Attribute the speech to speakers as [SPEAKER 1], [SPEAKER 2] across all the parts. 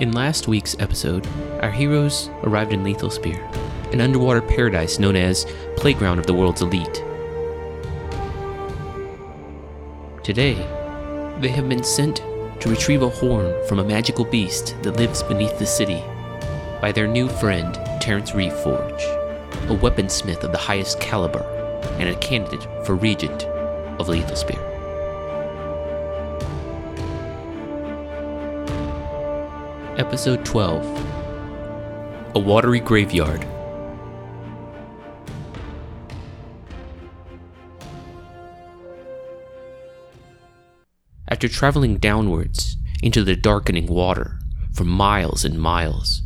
[SPEAKER 1] In last week's episode, our heroes arrived in Lethal Spear, an underwater paradise known as Playground of the World's Elite. Today, they have been sent to retrieve a horn from a magical beast that lives beneath the city by their new friend, Terrence Reforge, a weaponsmith of the highest caliber and a candidate for regent of Lethal Spear. Episode 12 A Watery Graveyard. After traveling downwards into the darkening water for miles and miles,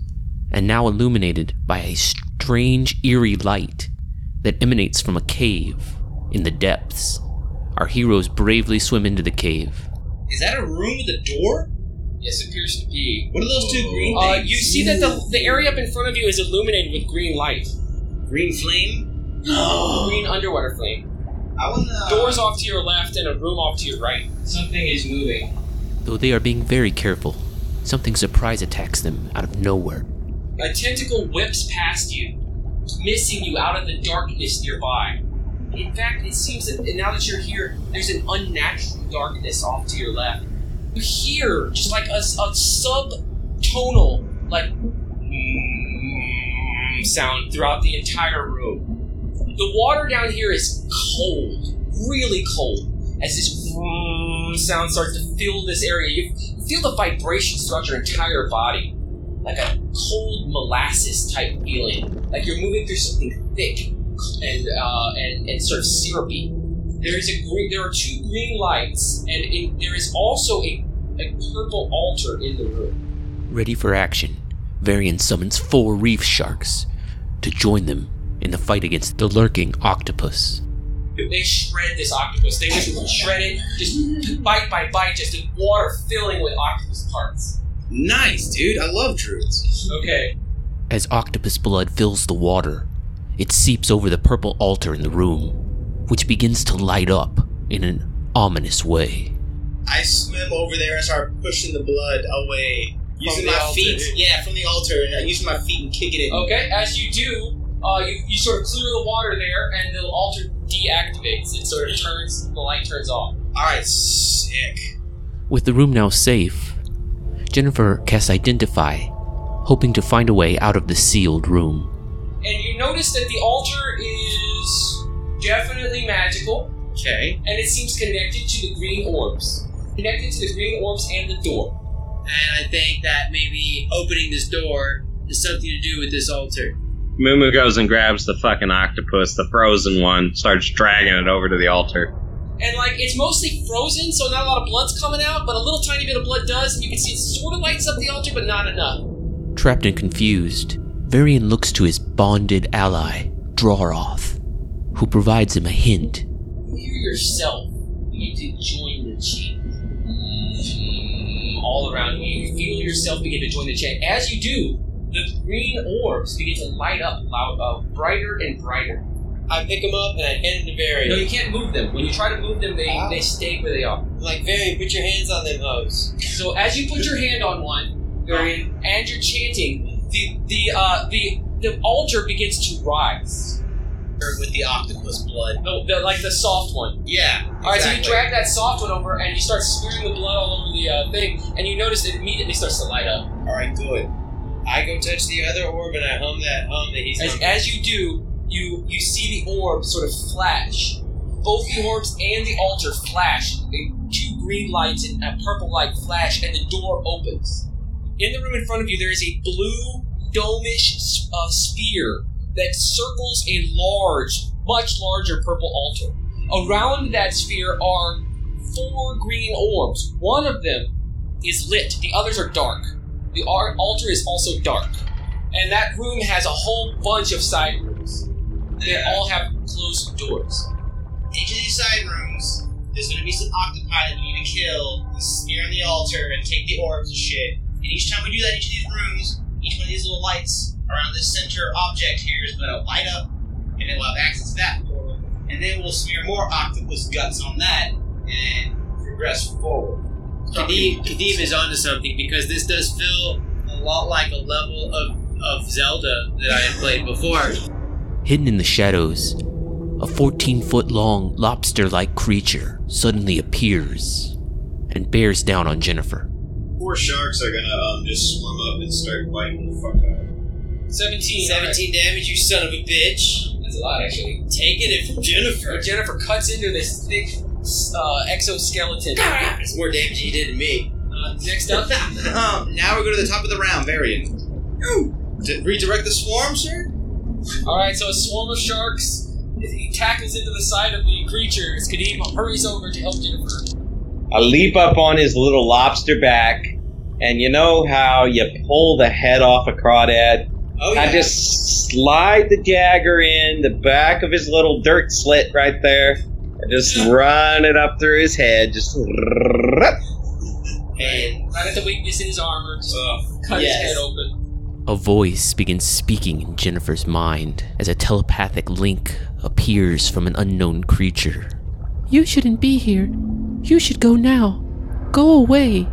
[SPEAKER 1] and now illuminated by a strange, eerie light that emanates from a cave in the depths, our heroes bravely swim into the cave.
[SPEAKER 2] Is that a room with a door?
[SPEAKER 3] Yes, it appears to be.
[SPEAKER 2] What are those two green
[SPEAKER 3] Uh,
[SPEAKER 2] things?
[SPEAKER 3] you see that the, the area up in front of you is illuminated with green light,
[SPEAKER 2] green flame?
[SPEAKER 3] green underwater flame.
[SPEAKER 2] I wanna.
[SPEAKER 4] uh,
[SPEAKER 3] Doors off to your left and a room off to your right.
[SPEAKER 2] Something is moving.
[SPEAKER 1] Though they are being very careful, something surprise attacks them out of nowhere.
[SPEAKER 3] A tentacle whips past you, missing you out of the darkness nearby. In fact, it seems that now that you're here, there's an unnatural darkness off to your left. You hear just like a, s- a subtonal, like mm, sound throughout the entire room. The water down here is cold, really cold, as this mm, sound starts to fill this area. You feel the vibrations throughout your entire body, like a cold molasses type feeling, like you're moving through something thick and uh, and, and sort of syrupy. There is a green, there are two green lights, and in, there is also a, a purple altar in the room.
[SPEAKER 1] Ready for action, Varian summons four reef sharks to join them in the fight against the lurking octopus.
[SPEAKER 3] They shred this octopus. They just shred it, just bite by bite, just in water filling with octopus parts.
[SPEAKER 2] Nice, dude. I love druids.
[SPEAKER 3] Okay.
[SPEAKER 1] As octopus blood fills the water, it seeps over the purple altar in the room, which begins to light up in an ominous way.
[SPEAKER 4] I swim over there and start pushing the blood away. Using
[SPEAKER 3] the
[SPEAKER 4] my
[SPEAKER 3] altar.
[SPEAKER 4] feet. Yeah, from the altar. and Using my feet and kicking it.
[SPEAKER 3] Okay. As you do, uh, you, you sort of clear the water there, and the altar deactivates. It sort of turns, the light turns off.
[SPEAKER 4] Alright, sick.
[SPEAKER 1] With the room now safe, Jennifer casts Identify, hoping to find a way out of the sealed room.
[SPEAKER 3] And you notice that the altar is definitely magical,
[SPEAKER 4] Okay.
[SPEAKER 3] and it seems connected to the green orbs. Connected to the green orbs and the door.
[SPEAKER 4] And I think that maybe opening this door is something to do with this altar.
[SPEAKER 5] Mumu goes and grabs the fucking octopus, the frozen one, starts dragging it over to the altar.
[SPEAKER 3] and like it's mostly frozen, so not a lot of blood's coming out, but a little tiny bit of blood does, and you can see it sort of lights up the altar, but not enough.
[SPEAKER 1] Trapped and confused, Varian looks to his bonded ally, Drawroth, who provides him a hint.
[SPEAKER 3] You yourself need to join the chant. All around you, you feel yourself begin to join the chant. As you do, the green orbs begin to light up loud, uh, brighter and brighter.
[SPEAKER 4] I pick him up and I hand him to
[SPEAKER 3] No, you
[SPEAKER 4] Barry.
[SPEAKER 3] can't move them. When you try to move them, they, they stay where they are.
[SPEAKER 4] Like, Barry, put your hands on them hose.
[SPEAKER 3] So as you put your hand on one, Varian, and you're chanting, the the uh, the the altar begins to rise.
[SPEAKER 4] With the octopus blood.
[SPEAKER 3] The, the, like the soft one.
[SPEAKER 4] Yeah.
[SPEAKER 3] All right, so you drag that soft one over, and you start smearing the blood all over the uh, thing, and you notice it immediately starts to light up.
[SPEAKER 4] Alright, good. I go touch the other orb and I hum that hum that he's
[SPEAKER 3] As,
[SPEAKER 4] humming.
[SPEAKER 3] as you do, you you see the orb sort of flash. Both the orbs and the altar flash. And Two green lights and a purple light flash, and the door opens. In the room in front of you, there is a blue domish s- uh, sphere that circles a large, much larger purple altar. Around that sphere are four green orbs. One of them is lit. The others are dark. The ar- altar is also dark. And that room has a whole bunch of side rooms. They all have closed doors.
[SPEAKER 4] into these side rooms. There's gonna be some octopi that we need to kill, and smear on the altar, and take the orbs and shit. And each time we do that in each of these rooms, each one of these little lights around this center object here is gonna light up, and it'll have access to that portal. And then we'll smear more octopus guts on that, and progress forward. Kadeem, Kadeem is onto something because this does fill a lot like a level of, of Zelda that I had played before.
[SPEAKER 1] Hidden in the shadows, a 14 foot long, lobster like creature suddenly appears and bears down on Jennifer.
[SPEAKER 6] Four sharks are gonna um, just swarm up and start biting the fuck out. of you.
[SPEAKER 3] 17. alright.
[SPEAKER 4] 17 damage, you son of a bitch.
[SPEAKER 3] That's a lot, actually.
[SPEAKER 4] Taking it from Jennifer.
[SPEAKER 3] But Jennifer cuts into this thick uh, exoskeleton.
[SPEAKER 4] It's more damage than you did to me.
[SPEAKER 3] Uh, next up,
[SPEAKER 4] um, now we're going to the top of the round, Varian. Ooh. D- redirect the swarm, sir?
[SPEAKER 3] all right. So a swarm of sharks. He tackles into the side of the creature as Kadima hurries over to help Jennifer.
[SPEAKER 5] I leap up on his little lobster back, and you know how you pull the head off a crawdad?
[SPEAKER 4] Oh,
[SPEAKER 5] I just slide the dagger in the back of his little dirt slit right there, and just run it up through his head. Just.
[SPEAKER 4] And
[SPEAKER 3] Right at the weakness in his armor, just cut
[SPEAKER 4] yes.
[SPEAKER 3] his head open.
[SPEAKER 1] A voice begins speaking in Jennifer's mind as a telepathic link appears from an unknown creature. You shouldn't be here. You should go now. Go away.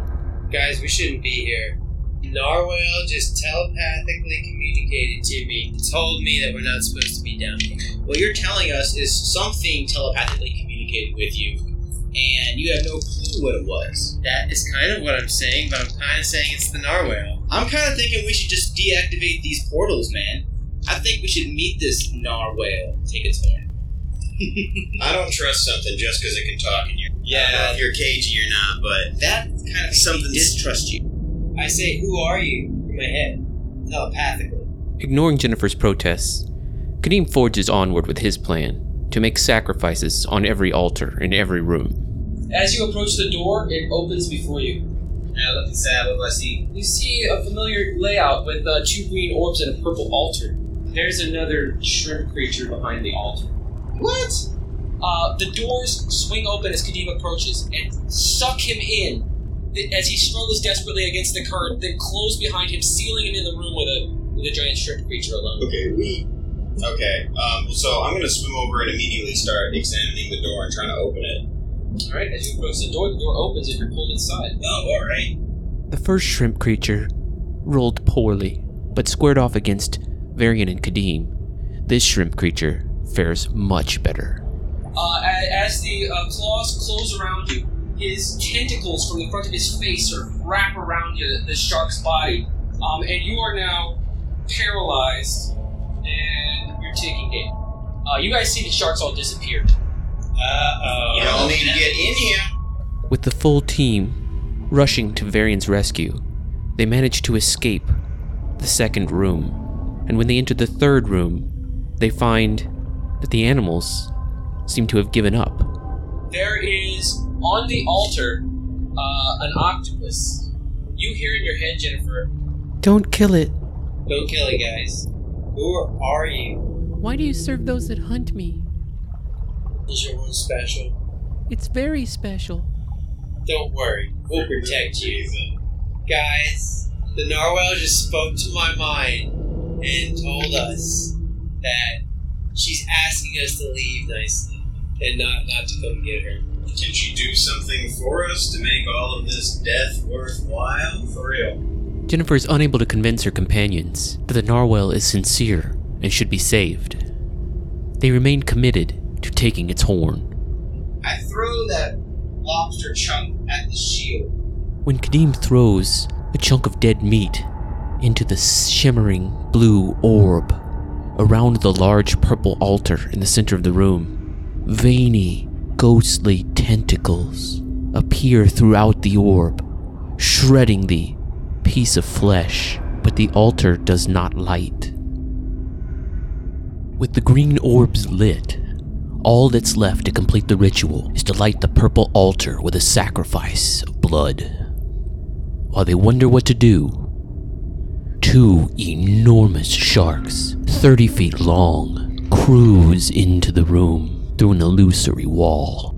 [SPEAKER 4] guys, we shouldn't be here. Narwhal just telepathically communicated to me, told me that we're not supposed to be down here. What you're telling us is something telepathically communicated with you, and you have no clue what it was. That is kind of what I'm saying, but I'm kind of saying it's the narwhal. I'm kind of thinking we should just deactivate these portals, man. I think we should meet this narwhal. Take its horn.
[SPEAKER 6] I don't trust something just because it can talk and you. I don't know if you're cagey or not, but
[SPEAKER 4] That kind of something distrust you. I say, "Who are you?" in my head, telepathically.
[SPEAKER 1] Ignoring Jennifer's protests, Kadeem forges onward with his plan to make sacrifices on every altar in every room.
[SPEAKER 3] As you approach the door, it opens before you.
[SPEAKER 4] I look inside. What do I see?
[SPEAKER 3] You see a familiar layout with uh, two green orbs and a purple altar. There's another shrimp creature behind the altar.
[SPEAKER 4] What?
[SPEAKER 3] Uh, the doors swing open as Kadim approaches and suck him in Th- as he struggles desperately against the current, then close behind him, sealing him in the room with a with a giant shrimp creature alone.
[SPEAKER 6] okay, we. Okay, um, so I'm gonna swim over and immediately start examining the door and trying to open it.
[SPEAKER 3] Alright, as you approach the door, the door opens and you're pulled inside.
[SPEAKER 6] Oh, all right.
[SPEAKER 1] The first shrimp creature rolled poorly, but squared off against Varian and Kadeem. This shrimp creature fares much better.
[SPEAKER 3] Uh, a- as the uh, claws close around you, his tentacles from the front of his face sort of wrap around you, the shark's body, um, and you are now paralyzed, and you're taking it. Uh, you guys see the sharks all disappear.
[SPEAKER 6] You all need to get in here.
[SPEAKER 1] With the full team rushing to Varian's rescue, they manage to escape the second room. And when they enter the third room, they find that the animals seem to have given up.
[SPEAKER 3] There is on the altar uh, an octopus. You hear in your head, Jennifer.
[SPEAKER 1] Don't kill it.
[SPEAKER 4] Don't kill it, guys. Who are you?
[SPEAKER 7] Why do you serve those that hunt me?
[SPEAKER 4] Is your one special?
[SPEAKER 7] It's very special.
[SPEAKER 4] Don't worry, we'll protect you. Guys, the narwhal just spoke to my mind and told us that she's asking us to leave nicely and not not to come get her.
[SPEAKER 6] Can she do something for us to make all of this death worthwhile? For real.
[SPEAKER 1] Jennifer is unable to convince her companions that the narwhal is sincere and should be saved. They remain committed to taking its horn.
[SPEAKER 4] I throw that lobster chunk at the shield.
[SPEAKER 1] When Kadim throws a chunk of dead meat into the shimmering blue orb around the large purple altar in the center of the room, veiny, ghostly tentacles appear throughout the orb, shredding the piece of flesh, but the altar does not light. With the green orbs lit, all that's left to complete the ritual is to light the purple altar with a sacrifice of blood. While they wonder what to do, two enormous sharks, 30 feet long, cruise into the room through an illusory wall.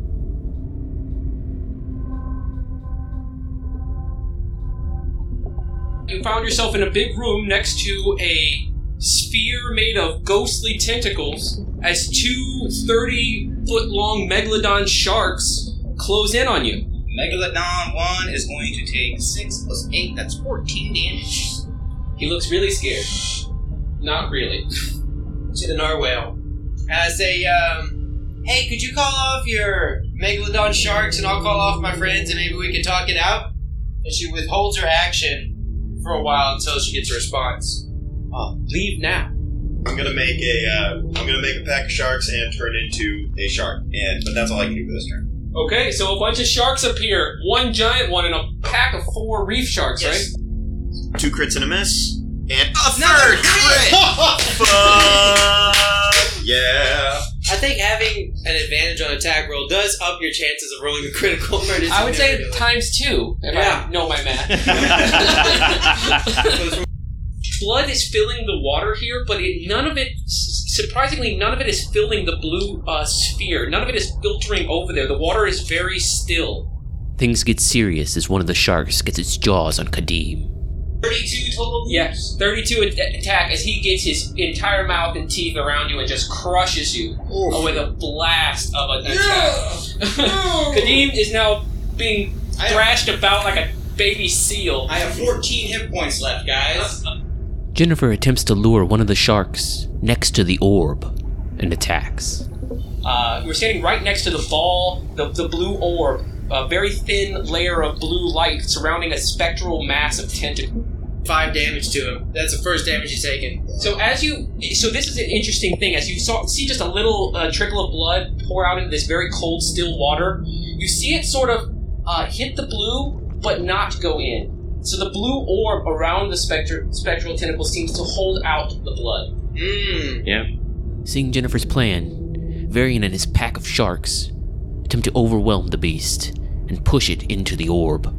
[SPEAKER 3] You found yourself in a big room next to a sphere made of ghostly tentacles as two 30 foot long megalodon sharks close in on you.
[SPEAKER 4] Megalodon one is going to take six plus eight. That's fourteen damage.
[SPEAKER 3] He looks really scared. Not really.
[SPEAKER 4] to the narwhale. And I say, um, hey, could you call off your megalodon sharks and I'll call off my friends and maybe we can talk it out? And she withholds her action for a while until she gets a response.
[SPEAKER 3] Uh,
[SPEAKER 4] Oh, leave now.
[SPEAKER 6] I'm gonna make a uh, I'm gonna make a pack of sharks and turn into a shark. And but that's all I can do for this turn.
[SPEAKER 3] Okay, so a bunch of sharks appear. One giant one and a pack of four reef sharks,
[SPEAKER 6] Yes.
[SPEAKER 3] right?
[SPEAKER 6] Two crits and a miss. And a third crit! Fuck! Yeah.
[SPEAKER 4] I think having an advantage on attack roll does up your chances of rolling a critical murder.
[SPEAKER 3] I would say times two, if
[SPEAKER 4] Yeah.
[SPEAKER 3] I know my math. Blood is filling the water here, but it, none of it, s- surprisingly, none of it is filling the blue uh, sphere. None of it is filtering over there. The water is very still.
[SPEAKER 1] Things get serious as one of the sharks gets its jaws on Kadim.
[SPEAKER 4] 32 total.
[SPEAKER 3] Yes, 32 at- attack as he gets his entire mouth and teeth around you and just crushes you uh, with a blast of an attack. Kadim is now being
[SPEAKER 4] I-
[SPEAKER 3] thrashed about like a baby seal.
[SPEAKER 4] I have 14 hit points left, guys.
[SPEAKER 1] Jennifer attempts to lure one of the sharks next to the orb and attacks.
[SPEAKER 3] Uh, we're standing right next to the ball, the, the blue orb, a very thin layer of blue light surrounding a spectral mass of tentacles.
[SPEAKER 4] Five damage to him. That's the first damage he's taken.
[SPEAKER 3] So as you, so this is an interesting thing. As you saw, see just a little uh, trickle of blood pour out into this very cold, still water. You see it sort of uh, hit the blue, but not go in. So the blue orb around the spectr- spectral tentacle seems to hold out the blood.
[SPEAKER 4] Mmm.
[SPEAKER 1] Seeing Jennifer's plan, Varian and his pack of sharks attempt to overwhelm the beast and push it into the orb.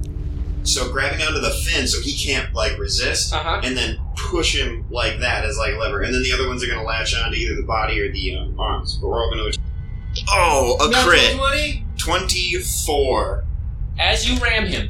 [SPEAKER 6] So grabbing onto the fin so he can't like resist,
[SPEAKER 3] Uh
[SPEAKER 4] Uh-huh.
[SPEAKER 3] huh.
[SPEAKER 6] and then push him like that as like lever, and then the other ones are gonna latch onto either the body or the um, arms. But we're all gonna. Oh, a crit!
[SPEAKER 4] 20?
[SPEAKER 6] Twenty-four.
[SPEAKER 3] As you ram him,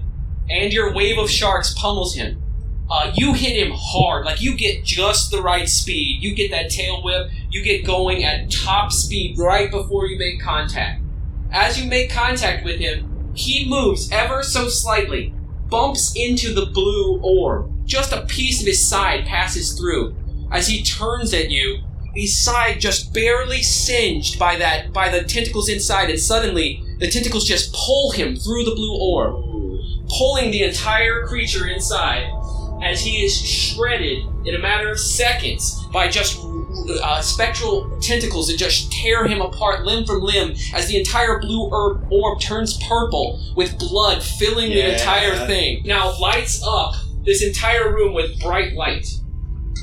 [SPEAKER 3] and your wave of sharks pummels him, uh, you hit him hard. Like you get just the right speed. You get that tail whip. You get going at top speed right before you make contact. As you make contact with him, he moves ever so slightly, bumps into the blue orb. Just a piece of his side passes through. As he turns at you, his side just barely singed by that by the tentacles inside, and suddenly the tentacles just pull him through the blue orb pulling the entire creature inside as he is shredded in a matter of seconds by just uh, spectral tentacles that just tear him apart limb from limb as the entire blue herb orb turns purple with blood filling the
[SPEAKER 6] Yeah.
[SPEAKER 3] entire thing. Now lights up this entire room with bright light.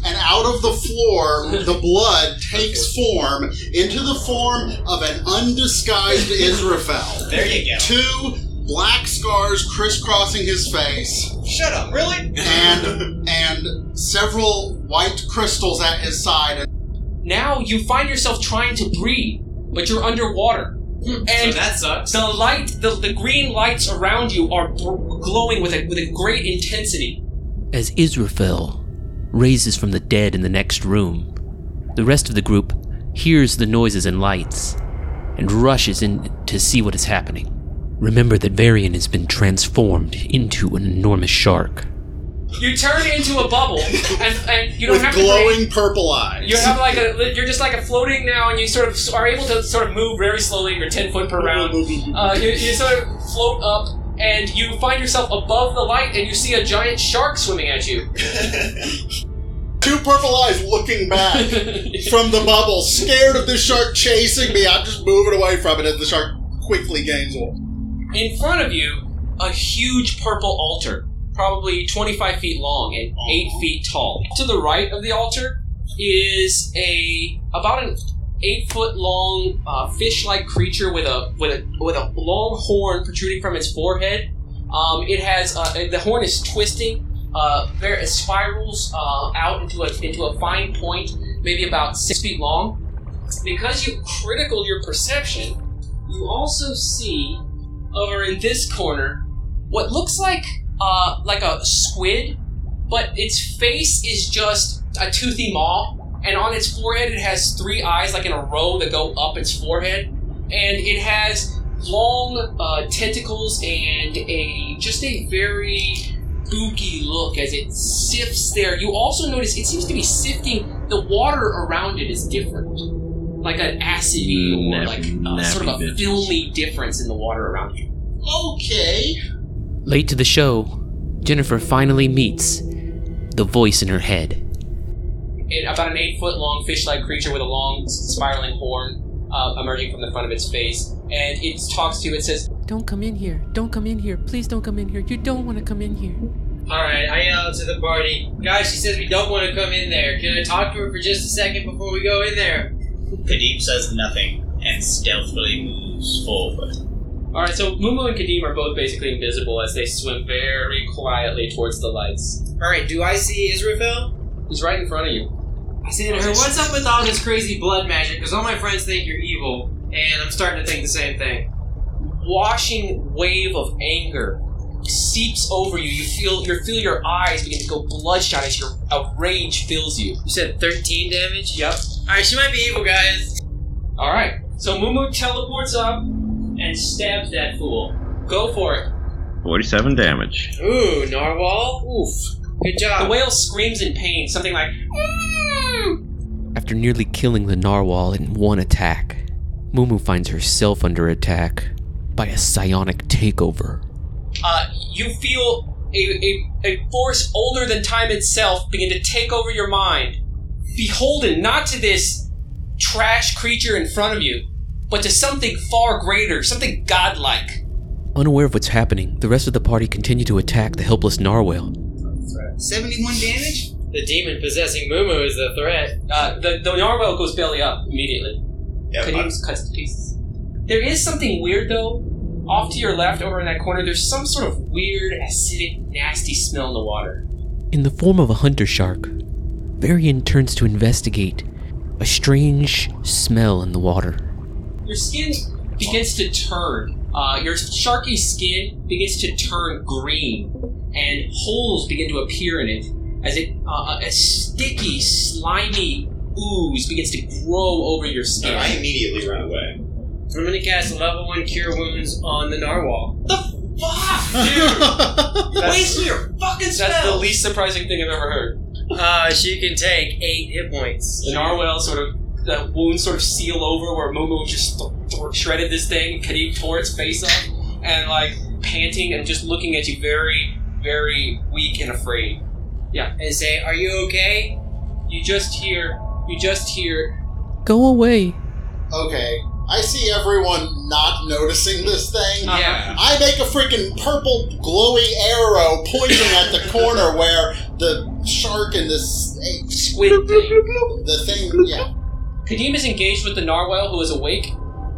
[SPEAKER 8] and out of the floor, the blood takes form into the form of an undisguised Israfel.
[SPEAKER 4] There you go.
[SPEAKER 8] Two black scars crisscrossing his face,
[SPEAKER 4] Shut up, really?
[SPEAKER 8] and and several white crystals at his side.
[SPEAKER 3] Now you find yourself trying to breathe, but you're underwater. And
[SPEAKER 4] so that sucks.
[SPEAKER 3] The light, the, the green lights around you are br- glowing with a, with a great intensity.
[SPEAKER 1] As Israfel raises from the dead in the next room, the rest of the group hears the noises and lights and rushes in to see what is happening. Remember that Varian has been transformed into an enormous shark.
[SPEAKER 3] You turn into a bubble, and, and you don't
[SPEAKER 8] With
[SPEAKER 3] have to breathe.
[SPEAKER 8] glowing purple eyes.
[SPEAKER 3] You have like a, you're just like a floating now, and you sort of are able to sort of move very slowly. You're ten foot per round. Uh, you, you sort of float up, and you find yourself above the light, and you see a giant shark swimming at you.
[SPEAKER 8] Two purple eyes looking back from the bubble, scared of the shark chasing me. I'm just moving away from it as the shark quickly gains one.
[SPEAKER 3] In front of you, a huge purple altar, probably 25 feet long and 8 feet tall. To the right of the altar is a about an 8 foot long uh, fish like creature with a with a with a long horn protruding from its forehead. Um, it has uh, the horn is twisting. Uh, there it spirals uh, out into a into a fine point, maybe about six feet long. Because you critical your perception, you also see over in this corner what looks like uh, like a squid, but its face is just a toothy maw, and on its forehead it has three eyes like in a row that go up its forehead, and it has long uh, tentacles and a just a very spooky look as it sifts there. You also notice it seems to be sifting. The water around it is different, like an acidy
[SPEAKER 9] Mm,
[SPEAKER 3] or
[SPEAKER 9] nappy-
[SPEAKER 3] like a,
[SPEAKER 9] nappy
[SPEAKER 3] sort of a
[SPEAKER 9] bitches.
[SPEAKER 3] filmy difference in the water around you.
[SPEAKER 4] Okay.
[SPEAKER 1] Late to the show, Jennifer finally meets the voice in her head.
[SPEAKER 3] It, about an eight foot long fish like creature with a long spiraling horn uh, emerging from the front of its face, and it talks to you. It says,
[SPEAKER 7] Don't come in here. Don't come in here. Please don't come in here. You don't want to come in here.
[SPEAKER 4] Alright, I yell to the party. Guys, she says we don't want to come in there. Can I talk to her for just a second before we go in there?
[SPEAKER 10] Kadeem says nothing and stealthily moves forward.
[SPEAKER 3] "All right, so Mumu and Kadim are both basically invisible as they swim very quietly towards the lights.
[SPEAKER 4] Alright, do I see Israfel?
[SPEAKER 3] He's right in front of you.
[SPEAKER 4] I say to her, what's up with all this crazy blood magic? Because all my friends think you're evil, and I'm starting to think the same thing.
[SPEAKER 3] washing wave of anger seeps over you. You feel you feel your eyes begin to go bloodshot as your a rage fills you.
[SPEAKER 4] You said 13 damage?
[SPEAKER 3] Yep.
[SPEAKER 4] Alright, she might be evil, guys.
[SPEAKER 3] All right. So Mumu teleports up and stabs that fool. Go for it.
[SPEAKER 9] 47 damage.
[SPEAKER 4] Ooh, narwhal?
[SPEAKER 3] Oof.
[SPEAKER 4] Good
[SPEAKER 3] The
[SPEAKER 4] job.
[SPEAKER 3] whale screams in pain, something like "Mm!"
[SPEAKER 1] After nearly killing the narwhal in one attack, Mumu finds herself under attack by a psionic takeover.
[SPEAKER 3] uh, you feel a, a, a force older than time itself begin to take over your mind, beholden not to this trash creature in front of you, but to something far greater, something godlike.
[SPEAKER 1] Unaware of what's happening, the rest of the party continue to attack the helpless narwhale.
[SPEAKER 2] 71 damage?
[SPEAKER 4] The demon possessing Mumu is the threat.
[SPEAKER 3] Uh, the, the narwhal goes belly up immediately.
[SPEAKER 6] Yeah,
[SPEAKER 3] Could
[SPEAKER 6] I-
[SPEAKER 3] use cuts to pieces. There is something weird though. Off to your left, over in that corner, there's some sort of weird, acidic, nasty smell in the water.
[SPEAKER 1] In the form of a hunter shark, Varian turns to investigate a strange smell in the water.
[SPEAKER 3] Your skin begins to turn. Uh, your sharky skin begins to turn green, and holes begin to appear in it as it uh, a sticky, slimy ooze begins to grow over your
[SPEAKER 6] no,
[SPEAKER 3] skin.
[SPEAKER 6] I immediately run away.
[SPEAKER 4] I'm gonna cast a level 1 cure wounds on the narwhal.
[SPEAKER 3] Fuck!
[SPEAKER 4] Waste your fucking
[SPEAKER 3] That's the least surprising thing I've ever heard.
[SPEAKER 4] Uh, she can take 8 hit points.
[SPEAKER 3] The narwhal sort of the wounds sort of seal over where Momo just th- th- shredded this thing. Kadeem tore its face up and like panting and just looking at you, very, very weak and afraid.
[SPEAKER 4] And say, are you okay?
[SPEAKER 3] You just hear, you just hear.
[SPEAKER 7] Go away.
[SPEAKER 8] okay, I see everyone not noticing this thing.
[SPEAKER 3] uh-huh.
[SPEAKER 4] Yeah.
[SPEAKER 8] I make a freaking purple glowing arrow pointing at the corner where the shark and this
[SPEAKER 3] Squid thing.
[SPEAKER 8] the thing. Yeah,
[SPEAKER 3] Kadeem is engaged with the narwhal who is awake.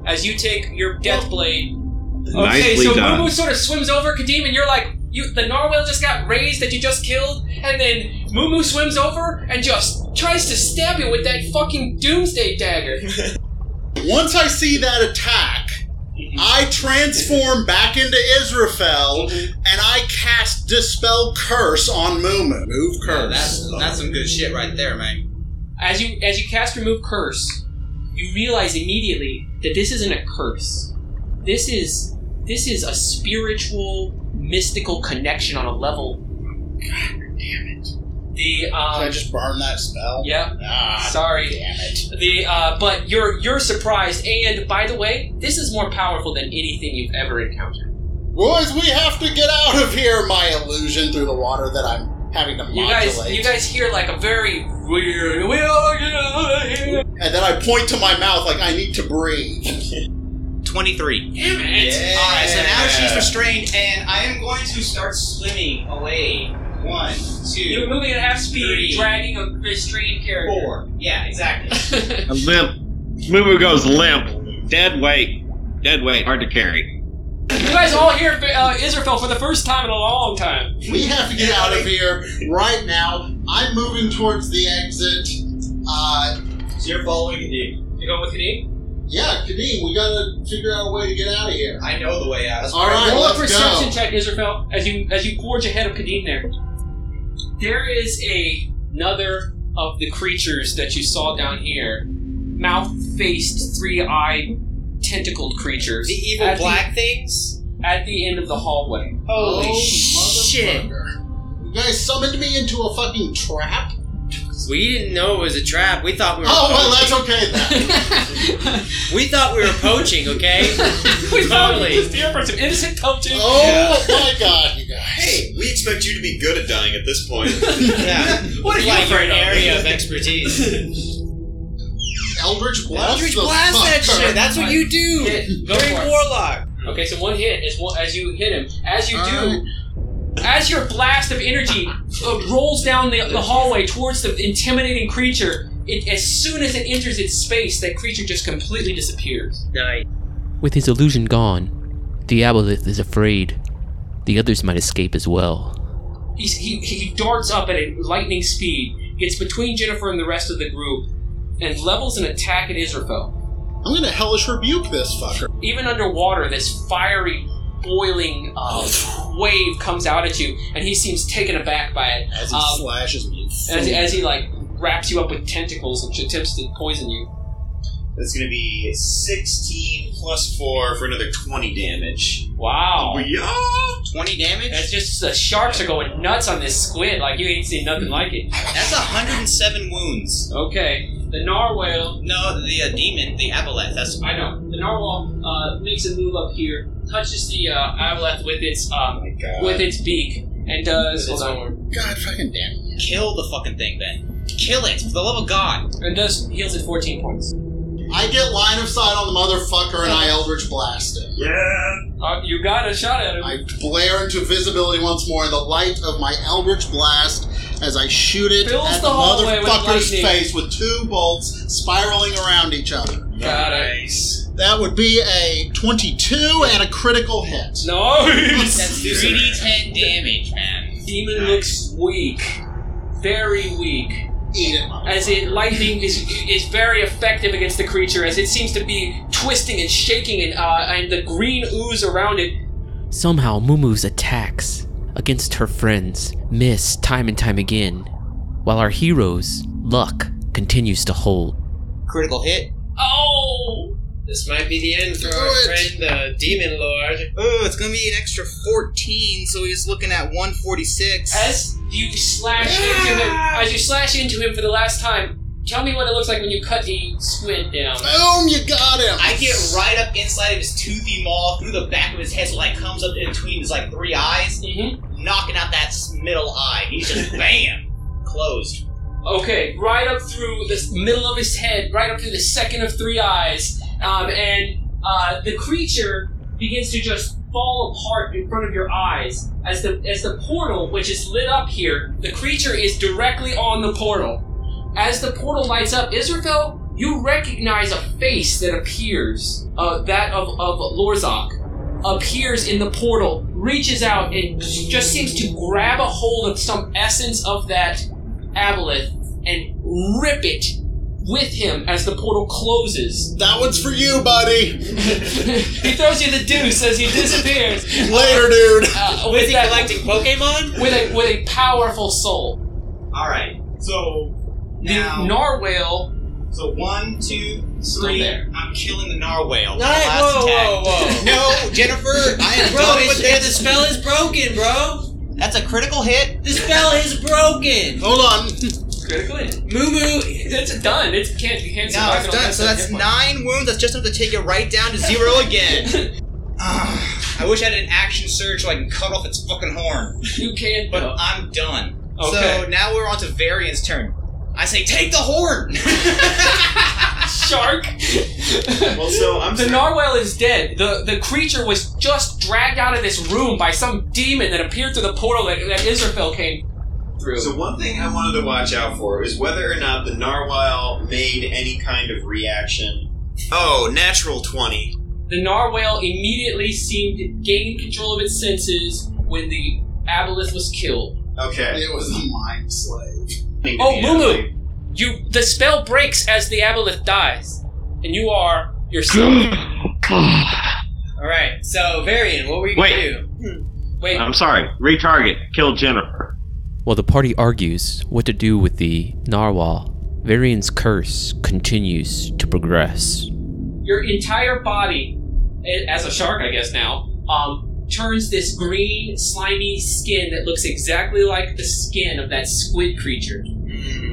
[SPEAKER 3] As you take your death blade. Okay,
[SPEAKER 9] Nicely
[SPEAKER 3] so
[SPEAKER 9] done.
[SPEAKER 3] Momo sort of swims over Kadeem, and you're like, you the narwhal just got raised that you just killed, and then Mumu swims over and just tries to stab you with that fucking doomsday dagger.
[SPEAKER 8] Once I see that attack, I transform back into Israfel and I cast Dispel Curse on Mumu. Move curse.
[SPEAKER 4] That's, that's some good shit right there, man.
[SPEAKER 3] As you as you cast remove curse, you realize immediately that this isn't a curse. This is this is a spiritual, mystical connection on a level. God damn it! The
[SPEAKER 8] Can I
[SPEAKER 3] um,
[SPEAKER 8] just burn that spell?
[SPEAKER 3] yeah.
[SPEAKER 8] Ah,
[SPEAKER 3] Sorry.
[SPEAKER 8] damn it.
[SPEAKER 3] The uh, but you're you're surprised, and by the way, this is more powerful than anything you've ever encountered.
[SPEAKER 8] Boys, we have to get out of here, my illusion through the water that I'm having to modulate.
[SPEAKER 3] You guys, you guys hear like a very weird. We are gonna here."
[SPEAKER 8] and then I point to my mouth like I need to breathe.
[SPEAKER 10] 23.
[SPEAKER 3] Damn it!
[SPEAKER 8] Yeah.
[SPEAKER 4] Alright, so now she's
[SPEAKER 6] Yeah.
[SPEAKER 4] restrained, and I am going to start swimming away. One,
[SPEAKER 3] You're
[SPEAKER 4] two,
[SPEAKER 3] moving at half speed,
[SPEAKER 4] Three.
[SPEAKER 3] dragging a restrained character.
[SPEAKER 4] four. Yeah, exactly.
[SPEAKER 9] A limp. Mumu goes limp. Dead weight. Dead weight. Hard to carry.
[SPEAKER 3] You guys all hear uh, Israfel for the first time in a long time.
[SPEAKER 8] We have to get out of here right now. I'm moving towards the exit. Uh,
[SPEAKER 4] So you're following Kadeem.
[SPEAKER 3] You going with Kadeem?
[SPEAKER 8] yeah, Kadeem, we gotta figure out a way to get out of here.
[SPEAKER 4] I know the way out.
[SPEAKER 8] All right,
[SPEAKER 3] Roll a
[SPEAKER 8] let's
[SPEAKER 3] perception
[SPEAKER 8] go.
[SPEAKER 3] check, Israfel, as you as you forge ahead of Kadeem. There, there is a, another of the creatures that you saw down here, mouth-faced, three-eyed, tentacled creatures.
[SPEAKER 4] The evil
[SPEAKER 3] at
[SPEAKER 4] black things?
[SPEAKER 3] the, at the end of the hallway.
[SPEAKER 4] Holy
[SPEAKER 8] Oh,
[SPEAKER 4] shit.
[SPEAKER 8] motherfucker. You guys summoned me into a fucking trap?
[SPEAKER 11] We didn't know it was a trap. We thought we were.
[SPEAKER 8] Oh, well,
[SPEAKER 11] poaching.
[SPEAKER 8] that's okay then.
[SPEAKER 11] We thought we were poaching. Okay. totally.
[SPEAKER 3] The efforts of innocent poaching.
[SPEAKER 8] Oh my god, you guys.
[SPEAKER 6] Hey, we expect you to be good at dying at this point.
[SPEAKER 11] Yeah.
[SPEAKER 3] What are you
[SPEAKER 11] like your
[SPEAKER 3] afraid of?
[SPEAKER 11] area of expertise?
[SPEAKER 8] Eldritch Blast
[SPEAKER 11] Eldritch
[SPEAKER 8] the
[SPEAKER 11] blast that
[SPEAKER 8] fucker.
[SPEAKER 11] shit. That's what you do.
[SPEAKER 3] Hit. Go
[SPEAKER 11] During
[SPEAKER 3] for it.
[SPEAKER 11] warlock.
[SPEAKER 3] Okay, so one hit is one, as you hit him. As you
[SPEAKER 8] Alright.
[SPEAKER 3] do, as your blast of energy uh, rolls down the, the hallway towards the intimidating creature, it, as soon as it enters its space, that creature just completely disappears.
[SPEAKER 11] Nice.
[SPEAKER 1] With his illusion gone, Diabolith is afraid. The others might escape as well.
[SPEAKER 3] He's, he, he darts up at a lightning speed, gets between Jennifer and the rest of the group, and levels an attack at Israfel.
[SPEAKER 8] I'm gonna hellish rebuke this fucker.
[SPEAKER 3] even underwater, this fiery, boiling uh, wave comes out at you, and he seems taken aback by it.
[SPEAKER 8] As he
[SPEAKER 3] Um,
[SPEAKER 8] slashes me.
[SPEAKER 3] as, as he like wraps you up with tentacles and attempts to poison you.
[SPEAKER 6] That's going to be 16 plus 4 for another 20 damage.
[SPEAKER 3] Wow,
[SPEAKER 6] Oh,
[SPEAKER 11] 20 damage?
[SPEAKER 3] that's just the sharks are going nuts on this squid. Like you ain't seen nothing like it.
[SPEAKER 11] That's 107 wounds.
[SPEAKER 3] Okay, the narwhal.
[SPEAKER 11] No, the uh, demon, the aboleth. That's
[SPEAKER 3] I know the narwhal uh, makes a move up here, touches the uh, aboleth with its um, with its beak, and does hold on.
[SPEAKER 8] God fucking damn it.
[SPEAKER 11] kill the fucking thing then. Kill it for the love of God.
[SPEAKER 3] and does heals it 14 points.
[SPEAKER 8] I get line of sight on the motherfucker and I Eldritch Blast him.
[SPEAKER 3] Uh, you got a shot at him.
[SPEAKER 8] I blare into visibility once more in the light of my Eldritch Blast as I shoot it
[SPEAKER 3] Fills
[SPEAKER 8] at
[SPEAKER 3] the
[SPEAKER 8] the
[SPEAKER 3] hallway with
[SPEAKER 8] motherfucker's
[SPEAKER 3] lightning.
[SPEAKER 8] face with two bolts spiraling around each other.
[SPEAKER 3] Got it.
[SPEAKER 8] That would be a 22 and a critical hit.
[SPEAKER 3] Nice.
[SPEAKER 11] That's 3d10 damage, man.
[SPEAKER 3] Demon looks weak, very weak.
[SPEAKER 8] Eat it, motherfucker.
[SPEAKER 3] As it lightning is is very effective against the creature, as it seems to be twisting and shaking, and uh, and the green ooze around it.
[SPEAKER 1] Somehow, Mumu's attacks against her friends miss time and time again, while our hero's luck continues to hold.
[SPEAKER 11] Critical hit.
[SPEAKER 3] Oh,
[SPEAKER 11] This might be the end for our friend, the demon lord.
[SPEAKER 10] Oh, it's gonna be an extra 14, so he's looking at 146.
[SPEAKER 3] as you slash into him, as you slash into him for the last time. Tell me what it looks like when you cut the squid down.
[SPEAKER 8] Boom, you got him!
[SPEAKER 4] I get right up inside of his toothy maw, through the back of his head, so like comes up in between his like three eyes,
[SPEAKER 3] Mm-hmm.
[SPEAKER 4] knocking out that s- middle eye. He's just bam, closed.
[SPEAKER 3] Okay, right up through the middle of his head, right up through the second of three eyes, um, and uh, the creature begins to just fall apart in front of your eyes as the as the portal, which is lit up here, the creature is directly on the portal. As the portal lights up, Israfel, you recognize a face that appears, uh, that of of Lorzok, appears in the portal, reaches out and just seems to grab a hold of some essence of that aboleth and rip it with him as the portal closes.
[SPEAKER 8] That one's for you, buddy.
[SPEAKER 3] he throws you the deuce as he disappears.
[SPEAKER 8] Later, dude.
[SPEAKER 3] Uh,
[SPEAKER 11] Was
[SPEAKER 3] with,
[SPEAKER 11] he
[SPEAKER 3] that-
[SPEAKER 11] collecting Pokemon?
[SPEAKER 3] with a with a powerful soul.
[SPEAKER 4] Alright, so
[SPEAKER 3] The
[SPEAKER 4] now.
[SPEAKER 3] narwhal.
[SPEAKER 4] so one, two,
[SPEAKER 3] Still
[SPEAKER 4] three.
[SPEAKER 3] there.
[SPEAKER 4] I'm killing the narwhal.
[SPEAKER 11] No, whoa, whoa, whoa.
[SPEAKER 10] No, Jennifer, I am
[SPEAKER 11] Bro,
[SPEAKER 10] done
[SPEAKER 11] it's,
[SPEAKER 10] with
[SPEAKER 11] the
[SPEAKER 10] this.
[SPEAKER 11] spell is broken, bro.
[SPEAKER 10] That's a critical hit.
[SPEAKER 11] The spell is broken.
[SPEAKER 8] Hold on.
[SPEAKER 3] Critical hit.
[SPEAKER 11] Moo moo.
[SPEAKER 3] It's done. It's can't you can't
[SPEAKER 10] No,
[SPEAKER 3] survive
[SPEAKER 10] it's
[SPEAKER 3] it on
[SPEAKER 10] done.
[SPEAKER 3] that
[SPEAKER 10] So
[SPEAKER 3] hit
[SPEAKER 10] that's
[SPEAKER 3] point.
[SPEAKER 10] nine wounds. That's just enough to take it right down to zero again.
[SPEAKER 4] Ah,
[SPEAKER 10] I wish I had an action surge so I can cut off its fucking horn,
[SPEAKER 3] You can
[SPEAKER 10] but
[SPEAKER 3] but
[SPEAKER 10] I'm done.
[SPEAKER 3] Okay.
[SPEAKER 10] So now we're on to Varian's turn. I say, take the horn!
[SPEAKER 3] shark.
[SPEAKER 6] Well, so I'm
[SPEAKER 3] The
[SPEAKER 6] sorry.
[SPEAKER 3] narwhal is dead. The the creature was just dragged out of this room by some demon that appeared through the portal that, that Israfel came through.
[SPEAKER 6] So one thing I wanted to watch out for is whether or not the narwhal made any kind of reaction. Oh, natural twenty.
[SPEAKER 3] The narwhal immediately seemed to gain control of its senses when the aboleth was killed.
[SPEAKER 6] Okay.
[SPEAKER 8] It was a mind slave.
[SPEAKER 3] Oh, Mumu! You the spell breaks as the aboleth dies, and you are yourself.
[SPEAKER 11] Alright, so Varian, what were you gonna
[SPEAKER 9] Wait.
[SPEAKER 11] do?
[SPEAKER 3] Wait,
[SPEAKER 9] I'm sorry. Retarget. Kill Jennifer.
[SPEAKER 1] While the party argues what to do with the narwhal, Varian's curse continues to progress.
[SPEAKER 3] your entire body, eh, as a shark, I guess now, um, turns this green, slimy skin that looks exactly like the skin of that squid creature,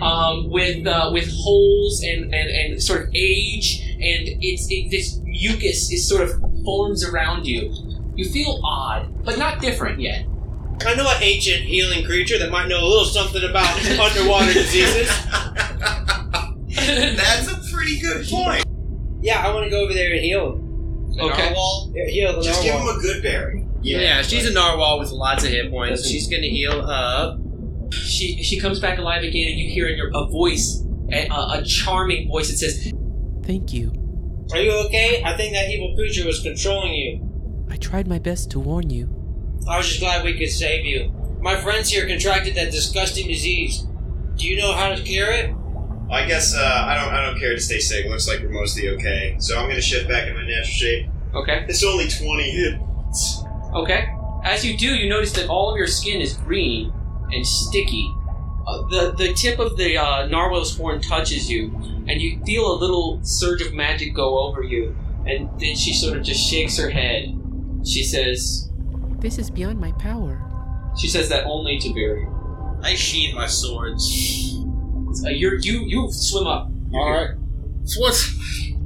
[SPEAKER 3] um, with uh, with holes and, and, and sort of age, and it's it, this mucus is sort of forms around you. You feel odd, but not different yet.
[SPEAKER 4] I know an ancient healing creature that might know a little something about underwater diseases.
[SPEAKER 6] That's a pretty good point.
[SPEAKER 4] Yeah, I want to go over there and heal him.
[SPEAKER 11] Okay.
[SPEAKER 4] Narwhal? Yeah, heal the
[SPEAKER 6] Just give him
[SPEAKER 4] narwhal.
[SPEAKER 6] a good berry.
[SPEAKER 11] Yeah, she's a narwhal with lots of hit points. She's gonna heal
[SPEAKER 4] Uh,
[SPEAKER 11] up.
[SPEAKER 3] She she comes back alive again, and you hear in your a voice, a, a a charming voice that says,
[SPEAKER 7] Thank you.
[SPEAKER 4] Are you okay? I think that evil creature was controlling you.
[SPEAKER 7] I tried my best to warn you.
[SPEAKER 4] I was just glad we could save you. My friends here contracted that disgusting disease. Do you know how to cure it?
[SPEAKER 6] I guess uh, I don't. I don't care to stay sick. Looks like we're mostly okay. So I'm gonna shift back in my natural shape.
[SPEAKER 3] Okay.
[SPEAKER 6] It's only twenty hit.
[SPEAKER 3] Okay. As you do, you notice that all of your skin is green and sticky. Uh, the the tip of the uh, narwhal's horn touches you, and you feel a little surge of magic go over you. And then she sort of just shakes her head. She says,
[SPEAKER 7] This is beyond my power.
[SPEAKER 3] she says that only to Barry.
[SPEAKER 10] I sheathe my swords.
[SPEAKER 3] Uh, you're you you swim up.
[SPEAKER 8] All right. So what's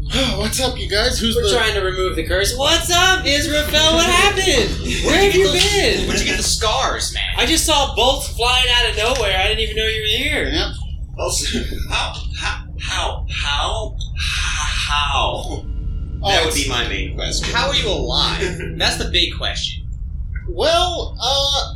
[SPEAKER 8] what's up, you guys? Who's
[SPEAKER 4] We're
[SPEAKER 8] the
[SPEAKER 4] trying to remove the curse. What's up, Israfel? What happened? Where have you been?
[SPEAKER 10] Where'd you get the scars, man?
[SPEAKER 4] I just saw bolts flying out of nowhere. I didn't even know you were here.
[SPEAKER 8] Yeah.
[SPEAKER 6] Also,
[SPEAKER 10] How? How? How? How? How?
[SPEAKER 6] that
[SPEAKER 8] Oh,
[SPEAKER 6] would
[SPEAKER 8] it's-
[SPEAKER 6] be my main question.
[SPEAKER 10] How are you alive? That's the big question.
[SPEAKER 8] well, uh,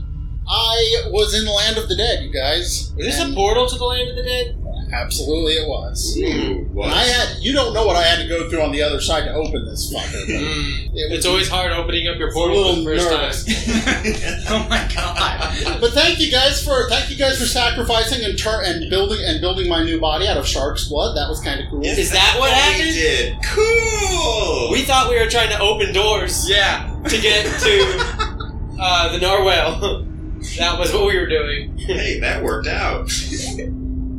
[SPEAKER 8] I was in the land of the dead, you guys.
[SPEAKER 4] Is this a
[SPEAKER 8] And-
[SPEAKER 4] portal to the land of the dead?
[SPEAKER 8] Absolutely, it was.
[SPEAKER 6] Ooh, what?
[SPEAKER 8] And I had you don't know what I had to go through on the other side to open this fucker. but
[SPEAKER 3] Mm.
[SPEAKER 8] it was-
[SPEAKER 4] It's always hard opening up your
[SPEAKER 8] a
[SPEAKER 4] portal for
[SPEAKER 8] little
[SPEAKER 4] the first time.
[SPEAKER 8] nervous.
[SPEAKER 10] oh my god.
[SPEAKER 8] But thank you guys for thank you guys for sacrificing and tur- and building and building my new body out of shark's blood. That was kind of cool.
[SPEAKER 4] Is that what
[SPEAKER 6] He
[SPEAKER 4] happened?
[SPEAKER 6] Oh, did. Cool.
[SPEAKER 4] We thought we were trying to open doors
[SPEAKER 10] Yeah.
[SPEAKER 4] to get to uh, the narwhal. That was what we were doing.
[SPEAKER 6] Hey, that worked out.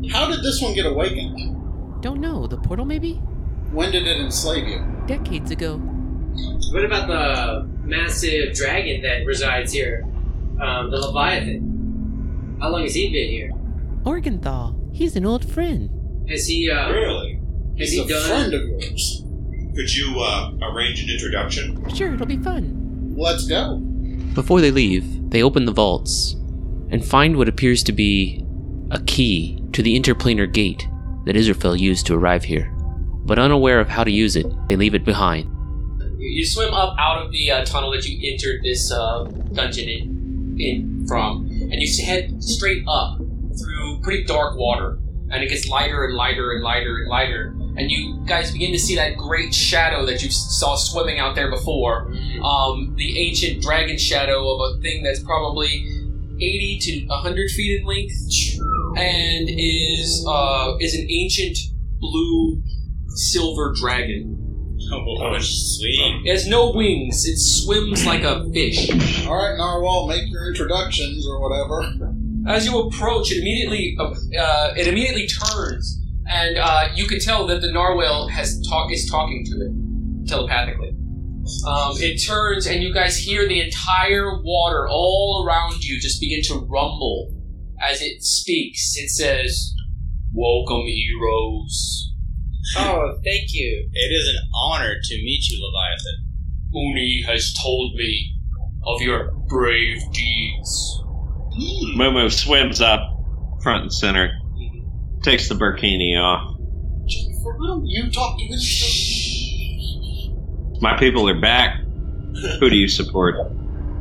[SPEAKER 8] How did this one get awakened?
[SPEAKER 7] Don't know, the portal maybe?
[SPEAKER 8] When did it enslave you?
[SPEAKER 7] Decades ago.
[SPEAKER 3] What about the massive dragon that resides here? Um, the Leviathan. How long has he been here?
[SPEAKER 7] Organthal. He's an old friend.
[SPEAKER 3] Has he uh,
[SPEAKER 6] Really?
[SPEAKER 8] He's a friend of yours.
[SPEAKER 6] Could you uh, arrange an introduction?
[SPEAKER 7] Sure, it'll be fun.
[SPEAKER 8] Let's go.
[SPEAKER 1] Before they leave, they open the vaults and find what appears to be a key to the interplanar gate that Israfel used to arrive here. But unaware of how to use it, they leave it behind.
[SPEAKER 3] You you swim up out of the uh, tunnel that you entered this uh, dungeon in, in from, and you s- head straight up through pretty dark water, and it gets lighter and lighter and lighter and lighter, and you guys begin to see that great shadow that you s- saw swimming out there before, um, the ancient dragon shadow of a thing that's probably 80 to 100 feet in length, and is uh, is an ancient blue silver dragon.
[SPEAKER 10] Oh, sweet.
[SPEAKER 3] It has no wings. It swims like a fish.
[SPEAKER 8] All right, Narwhal, make your introductions or whatever.
[SPEAKER 3] As you approach, it immediately uh, it immediately turns, and uh, you can tell that the narwhal has talk is talking to it telepathically. Um, it turns, and you guys hear the entire water all around you just begin to rumble as it speaks. It says, "Welcome, heroes.
[SPEAKER 4] Oh, thank you.
[SPEAKER 10] It is an honor to meet you, Leviathan.
[SPEAKER 3] Uni has told me of your brave deeds."
[SPEAKER 8] Hmm.
[SPEAKER 9] Momo swims up front and center, takes the burkini off.
[SPEAKER 8] For real, you talk to this.
[SPEAKER 9] My people are back. Who do you support?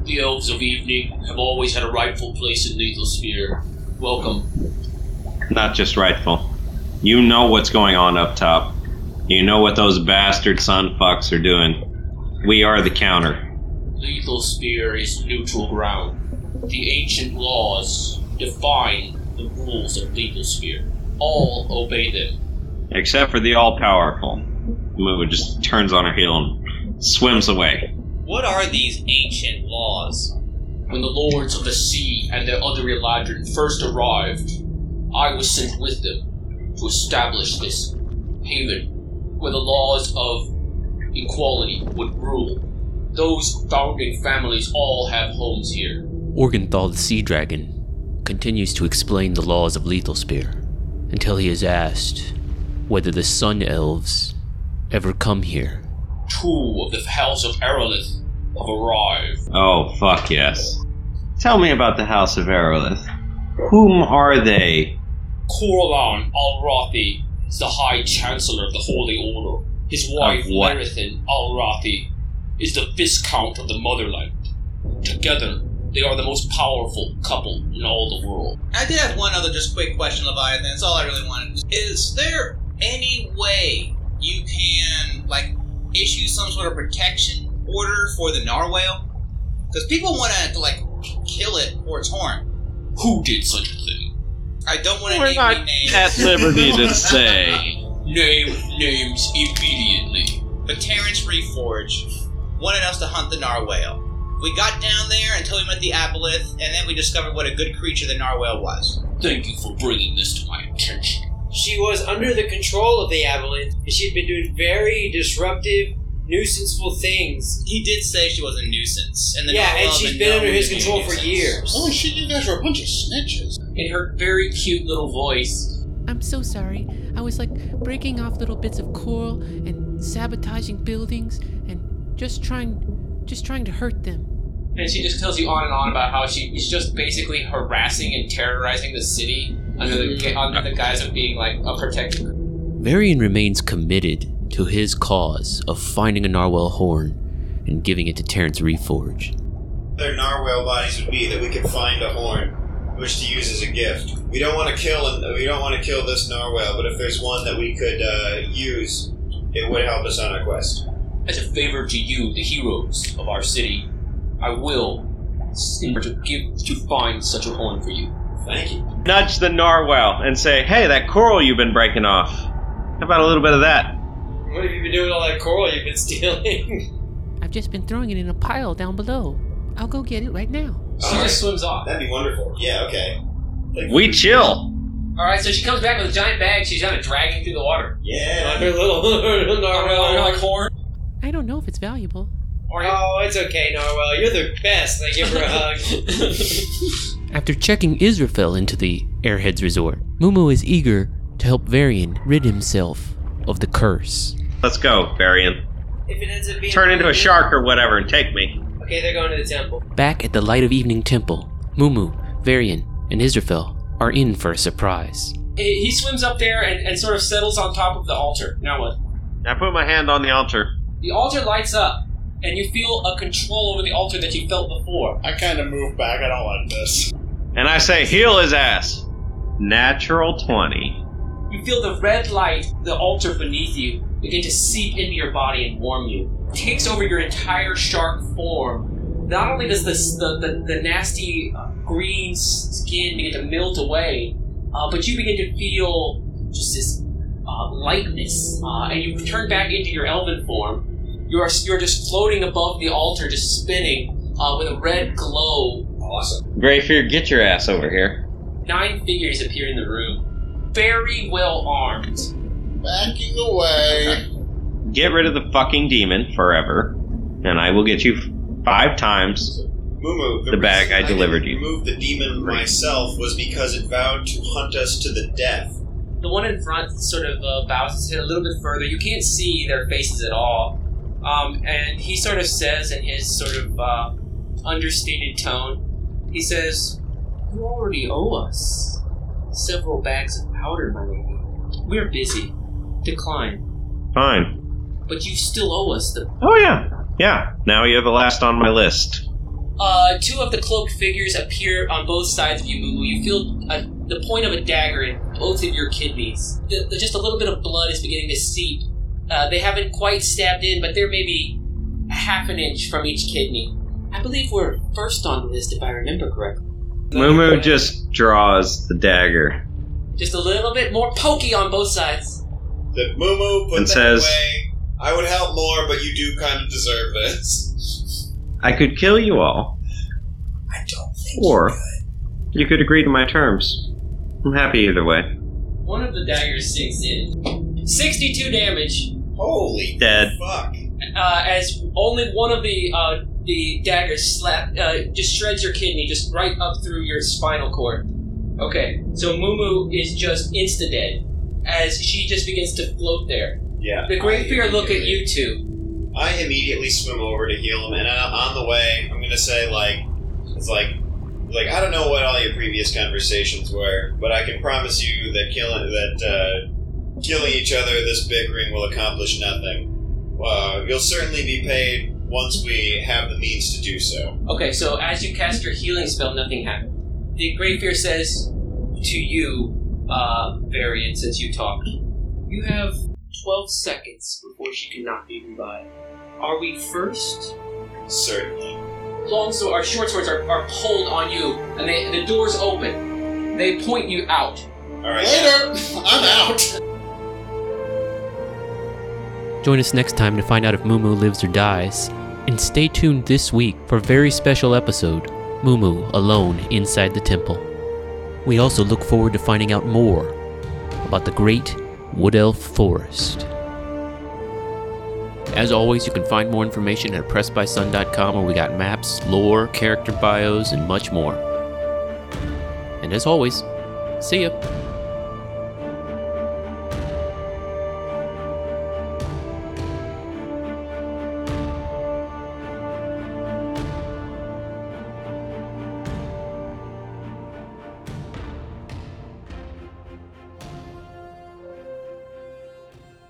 [SPEAKER 3] The elves of evening have always had a rightful place in Lethal Sphere. Welcome.
[SPEAKER 9] Not just rightful. You know what's going on up top. You know what those bastard sun fucks are doing. We are the counter.
[SPEAKER 3] Lethal Sphere is neutral ground. The ancient laws define the rules of Lethal Sphere. All obey them.
[SPEAKER 9] Except for the all powerful. Momo just turns on her heel and swims away.
[SPEAKER 10] What are these ancient laws?
[SPEAKER 3] When the lords of the sea and their other Eladrin first arrived, I was sent with them to establish this haven where the laws of equality would rule. Those Dargan families all have homes here.
[SPEAKER 1] Orgenthal the Sea Dragon continues to explain the laws of Lethal Spear until he is asked whether the Sun Elves ever come here.
[SPEAKER 3] Two of the House of Aerolith have arrived.
[SPEAKER 9] Oh, fuck yes. Tell me about the House of Aerolith. Whom are they?
[SPEAKER 3] Corlan Al-Rathi is the High Chancellor of the Holy Order. His wife,
[SPEAKER 9] Of what?
[SPEAKER 3] Merithin Al-Rathi, is the Viscount of the Motherland. Together, they are the most powerful couple in all the world.
[SPEAKER 4] I did have one other just quick question, Leviathan. That's all I really wanted. Is there any way you can like issue some sort of protection order for the narwhale? Because people want to like kill it for its horn.
[SPEAKER 3] Who did such a thing?
[SPEAKER 4] I don't want to
[SPEAKER 9] We're
[SPEAKER 4] name
[SPEAKER 9] not
[SPEAKER 4] any names.
[SPEAKER 9] at liberty to say.
[SPEAKER 3] Name names immediately.
[SPEAKER 4] But Terrence Reforge wanted us to hunt the narwhale. We got down there until we met the aboleth, and then we discovered what a good creature the narwhale was.
[SPEAKER 3] Thank you for bringing this to my attention.
[SPEAKER 11] She was under the control of the Avalanche, and she had been doing very disruptive, nuisanceful things.
[SPEAKER 4] He did say she was a nuisance, and the
[SPEAKER 11] Yeah,
[SPEAKER 4] narwhale
[SPEAKER 11] and she's
[SPEAKER 4] had
[SPEAKER 11] been
[SPEAKER 4] known
[SPEAKER 11] under his
[SPEAKER 4] to be a
[SPEAKER 11] control for
[SPEAKER 4] nuisance.
[SPEAKER 11] years.
[SPEAKER 8] Holy shit, you guys are a bunch of snitches.
[SPEAKER 3] In her very cute little voice,
[SPEAKER 7] I'm so sorry. I was like breaking off little bits of coral and sabotaging buildings and just trying just trying to hurt them.
[SPEAKER 3] and she just tells you on and on about how she is just basically harassing and terrorizing the city under the under the guise of being like a protector.
[SPEAKER 1] Varian remains committed to his cause of finding a narwhal horn and giving it to Terrence Reforge.
[SPEAKER 6] Their narwhale bodies would be that we could find a horn, which to use as a gift. We don't want to kill, and we don't want to kill this narwhale. But if there's one that we could uh, use, it would help us on our quest.
[SPEAKER 3] As a favor to you, the heroes of our city, I will endeavor to give to find such a horn for you.
[SPEAKER 6] Thank you.
[SPEAKER 9] Nudge the narwhal and say, hey, that coral you've been breaking off. How about a little bit of that?
[SPEAKER 11] What have you been doing with all that coral you've been stealing?
[SPEAKER 7] I've just been throwing it in a pile down below. I'll go get it right now.
[SPEAKER 3] She just swims off.
[SPEAKER 6] That'd be wonderful. Yeah. Okay.
[SPEAKER 9] We chill.
[SPEAKER 3] All right, so she comes back with a giant bag. She's kind of dragging through the water.
[SPEAKER 6] Yeah.
[SPEAKER 11] Her little, her little narwhal.
[SPEAKER 3] You're like horn.
[SPEAKER 7] I don't know if it's valuable.
[SPEAKER 11] Oh, it's okay, Narwhal. You're the best. And I give her a hug.
[SPEAKER 1] After checking Israfel into the Airheads Resort, Mumu is eager to help Varian rid himself of the curse.
[SPEAKER 9] Let's go, Varian.
[SPEAKER 11] if it ends up being
[SPEAKER 9] Turn into a shark or whatever and take me.
[SPEAKER 11] Okay, they're going to the temple.
[SPEAKER 1] Back at the Light of Evening Temple, Mumu, Varian, and Israfel are in for a surprise.
[SPEAKER 3] He he swims up there and, and sort of settles on top of the altar. Now what?
[SPEAKER 9] I put my hand on the altar.
[SPEAKER 3] The altar lights up, and you feel a control over the altar that you felt before.
[SPEAKER 8] I kind of move back. I don't like this.
[SPEAKER 9] And I say, heal his ass. Natural 20.
[SPEAKER 3] You feel the red light, the altar beneath you, begin to seep into your body and warm you. It takes over your entire shark form. Not only does this, the, the, the nasty uh, green s- skin begin to melt away, uh, but you begin to feel just this uh, lightness, uh, and you turn back into your elven form. You are, you are just floating above the altar, just spinning uh, with a red glow. Awesome.
[SPEAKER 9] Greyfear, get your ass over here.
[SPEAKER 3] Nine figures appear in the room, very well armed.
[SPEAKER 8] Backing away.
[SPEAKER 9] Get rid of the fucking demon forever, and I will get you f- five times.
[SPEAKER 6] Mumu,
[SPEAKER 9] The bag
[SPEAKER 6] reason
[SPEAKER 9] I delivered you.
[SPEAKER 6] Remove the demon myself was because it vowed to hunt us to the death.
[SPEAKER 3] The one in front sort of uh, bows his head a little bit further. You can't see their faces at all. Um, and he sort of says in his sort of uh, understated tone, he says, You already owe us several bags of powder, my lady. We're busy. Decline.
[SPEAKER 9] Fine.
[SPEAKER 3] But you still owe us the
[SPEAKER 9] Oh, yeah. Yeah. Now you're the last on my list.
[SPEAKER 3] Uh, two of the cloaked figures appear on both sides of you, Mumu. You feel uh the point of a dagger in both of your kidneys. The, the, just a little bit of blood is beginning to seep. Uh, they haven't quite stabbed in, but they're maybe half an inch from each kidney. I believe we're first on the list, if I remember correctly.
[SPEAKER 9] Mumu just draws the dagger.
[SPEAKER 3] Just a little bit more pokey on both sides.
[SPEAKER 6] That Mumu put
[SPEAKER 9] And
[SPEAKER 6] that
[SPEAKER 9] says-
[SPEAKER 6] away. I would help more, but you do kind of deserve this.
[SPEAKER 9] I could kill you all,
[SPEAKER 6] I don't think.
[SPEAKER 9] or you could agree to my terms. I'm happy either way.
[SPEAKER 3] One of the daggers sinks in. 62 damage.
[SPEAKER 6] Holy
[SPEAKER 9] Dead.
[SPEAKER 6] fuck!
[SPEAKER 3] uh, as only one of the uh, the daggers slap uh, just shreds your kidney, just right up through your spinal cord. Okay, so Mumu is just insta dead as she just begins to float there.
[SPEAKER 6] Yeah.
[SPEAKER 3] The Great
[SPEAKER 6] I
[SPEAKER 3] Fear look at
[SPEAKER 6] immediately-
[SPEAKER 3] you two.
[SPEAKER 6] I immediately swim over to heal him, and on on the way, I'm gonna say like, it's like, like I don't know what all your previous conversations were, but I can promise you that killing that uh, killing each other, this bickering will accomplish nothing. Uh, you'll certainly be paid once we have the means to do so.
[SPEAKER 3] Okay, so as you cast your healing spell, nothing happened. The Great Fear says to you, uh, Varian, since you talked, you have 12 seconds before she cannot be revived. Are we first?
[SPEAKER 6] Certainly.
[SPEAKER 3] Long so our short swords are, are pulled on you, and they, the doors open. They point you out.
[SPEAKER 6] All right.
[SPEAKER 8] Later! I'm out!
[SPEAKER 1] Join us next time to find out if Mumu lives or dies. And stay tuned this week for a very special episode Mumu Alone Inside the Temple. We also look forward to finding out more about the great Wood Elf Forest. As always, you can find more information at PressBySun.com where we got maps, lore, character bios, and much more. And as always, see ya!